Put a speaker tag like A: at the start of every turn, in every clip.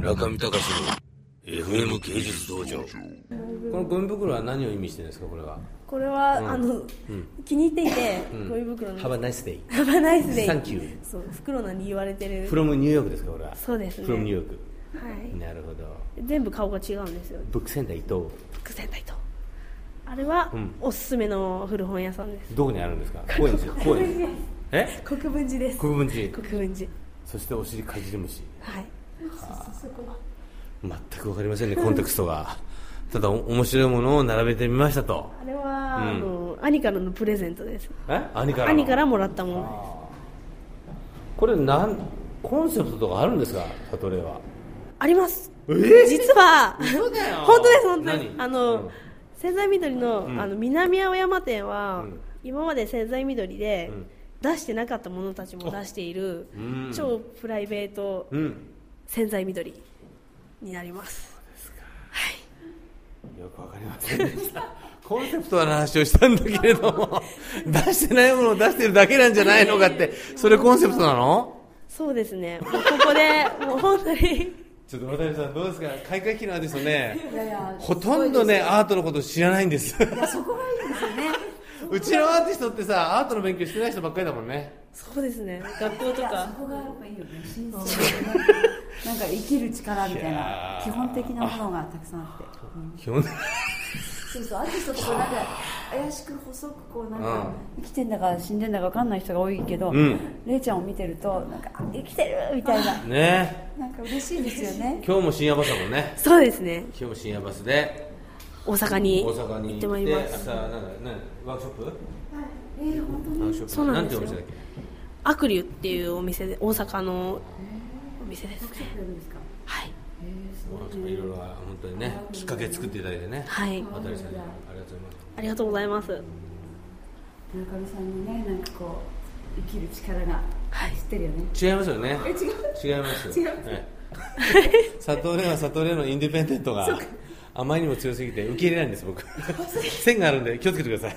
A: 中見隆の FM 芸術道場このゴミ袋は何を意味してるんですかこれは
B: これは、あの、気に入っていて、ゴミ袋の
A: Have a nice day
B: ハバナイスで
A: Thank you
B: そう袋なんに言われてる
A: from ニューヨークですかこれは
B: そうですね
A: from ニューヨー
B: はい
A: クなるほど
B: 全部顔が違うんですよ
A: ブックセンター伊東
B: 伏線台とあれは、
A: うん
B: おすすめの古本屋さんです
A: どこにあるんですか高円 寺高円寺え
B: 国分寺です
A: 国分寺
B: 国分寺
A: そしてお尻かじり虫
B: はい
A: 全く分かりま せんねコンテクストがただお面白いものを並べてみましたと
B: あれは、あの兄からのプレゼントです
A: え兄からの
B: 兄からもらったもの
A: これなんコンセプトとかあるんですか悟れは
B: あります
A: えー
B: 実は
A: 嘘だよ
B: 本当です本当です
A: 何
B: あ
A: うん
B: の千載緑の,、
A: ん
B: あの南青山店は、
A: うん
B: 今まで千載緑で、
A: うん
B: 出してなかったものたちも出している
A: うん
B: 超プライベート
A: うん
B: 千載緑になります
A: よくわかりませんでしたコンセプトの話をしたんだけれども 出してないものを出してるだけなんじゃないのかってそれコンセプトなの
B: そうですねもうここ でもう本当に
A: ちょっと渡辺さんどうですか開会期のアーティスト
C: い
A: ね
C: やいや
A: ほとんどねアートのこと知らないんです
C: いやそこが いいですよね
A: うちのアーティストってさアートの勉強してない人ばっかりだもんね
B: そうですね学校とか
C: そこがやっぱいいよね心臓がなんか生きる力みたい
A: い
C: な
A: やー
C: 基本的なものがたくさんあって、うん
A: 基本
C: そうそうアーティストとかなんか怪しく細くこうなん
A: う
C: か生きてんだか死んでんだか分かんない人が多いけど、
A: うん
C: レイちゃんを見てるとなんかあ生きてるみたいな
A: ね
C: なんか嬉しいですよね
A: 今日も深夜バスだもんね
B: そうですね
A: 今日も深夜バスで
B: 大阪に
A: 大阪に
B: 行
A: 行
B: っ
A: ってて
B: まいります
A: 朝なんだなんだワークショップ
C: えー、本当に
A: ワークショップ
B: そうなんですよ
A: てお店だっけ
B: アクリュっていうお店で大阪のお店ですねはい
A: いろいろ本当にねきっかけ作っていただいてね
B: はい
A: 渡辺さんにありがとうございます
B: ありがとうございます
C: 村上さんのねなんかこう生きる力が知ってるよね、
A: 違いますよね
C: え違う
A: 違います
C: 違います
A: はい佐藤蓮は佐藤蓮のインディペンデントがあまりにも強すぎて受け入れないんです僕線があるんで気をつけてください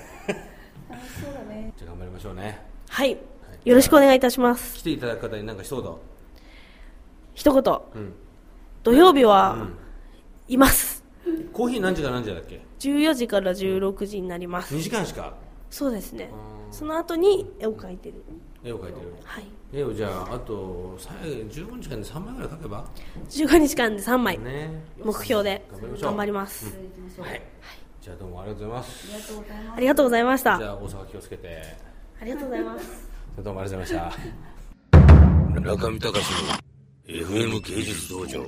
C: 楽しそうだね
A: じゃあ頑張りましょうね
B: はいよろしくお願いいたします
A: 来ていただく方に何か一言
B: 一言
A: うん
B: 土曜日はいます
A: コーヒー何時から何時だっけ
B: 14時から16時になります
A: 2時間しか
B: そうですねその後に絵を描いてる
A: 絵を描いてる
B: はい
A: 絵をじゃああと最後15日間で3枚ぐらい描けば
B: 15日間で3枚
A: ね
B: 目標で
A: 頑張りましょう
B: 頑張ります
C: 行きましょう、
A: はいじゃあどうもありがとうございます
C: ありがとうございます
B: ありがとうございまし
A: じ
B: た
A: ゃあ大阪気をつけて
B: ありがとうございます
A: どうもありがとうございました中見隆の FM 芸術道場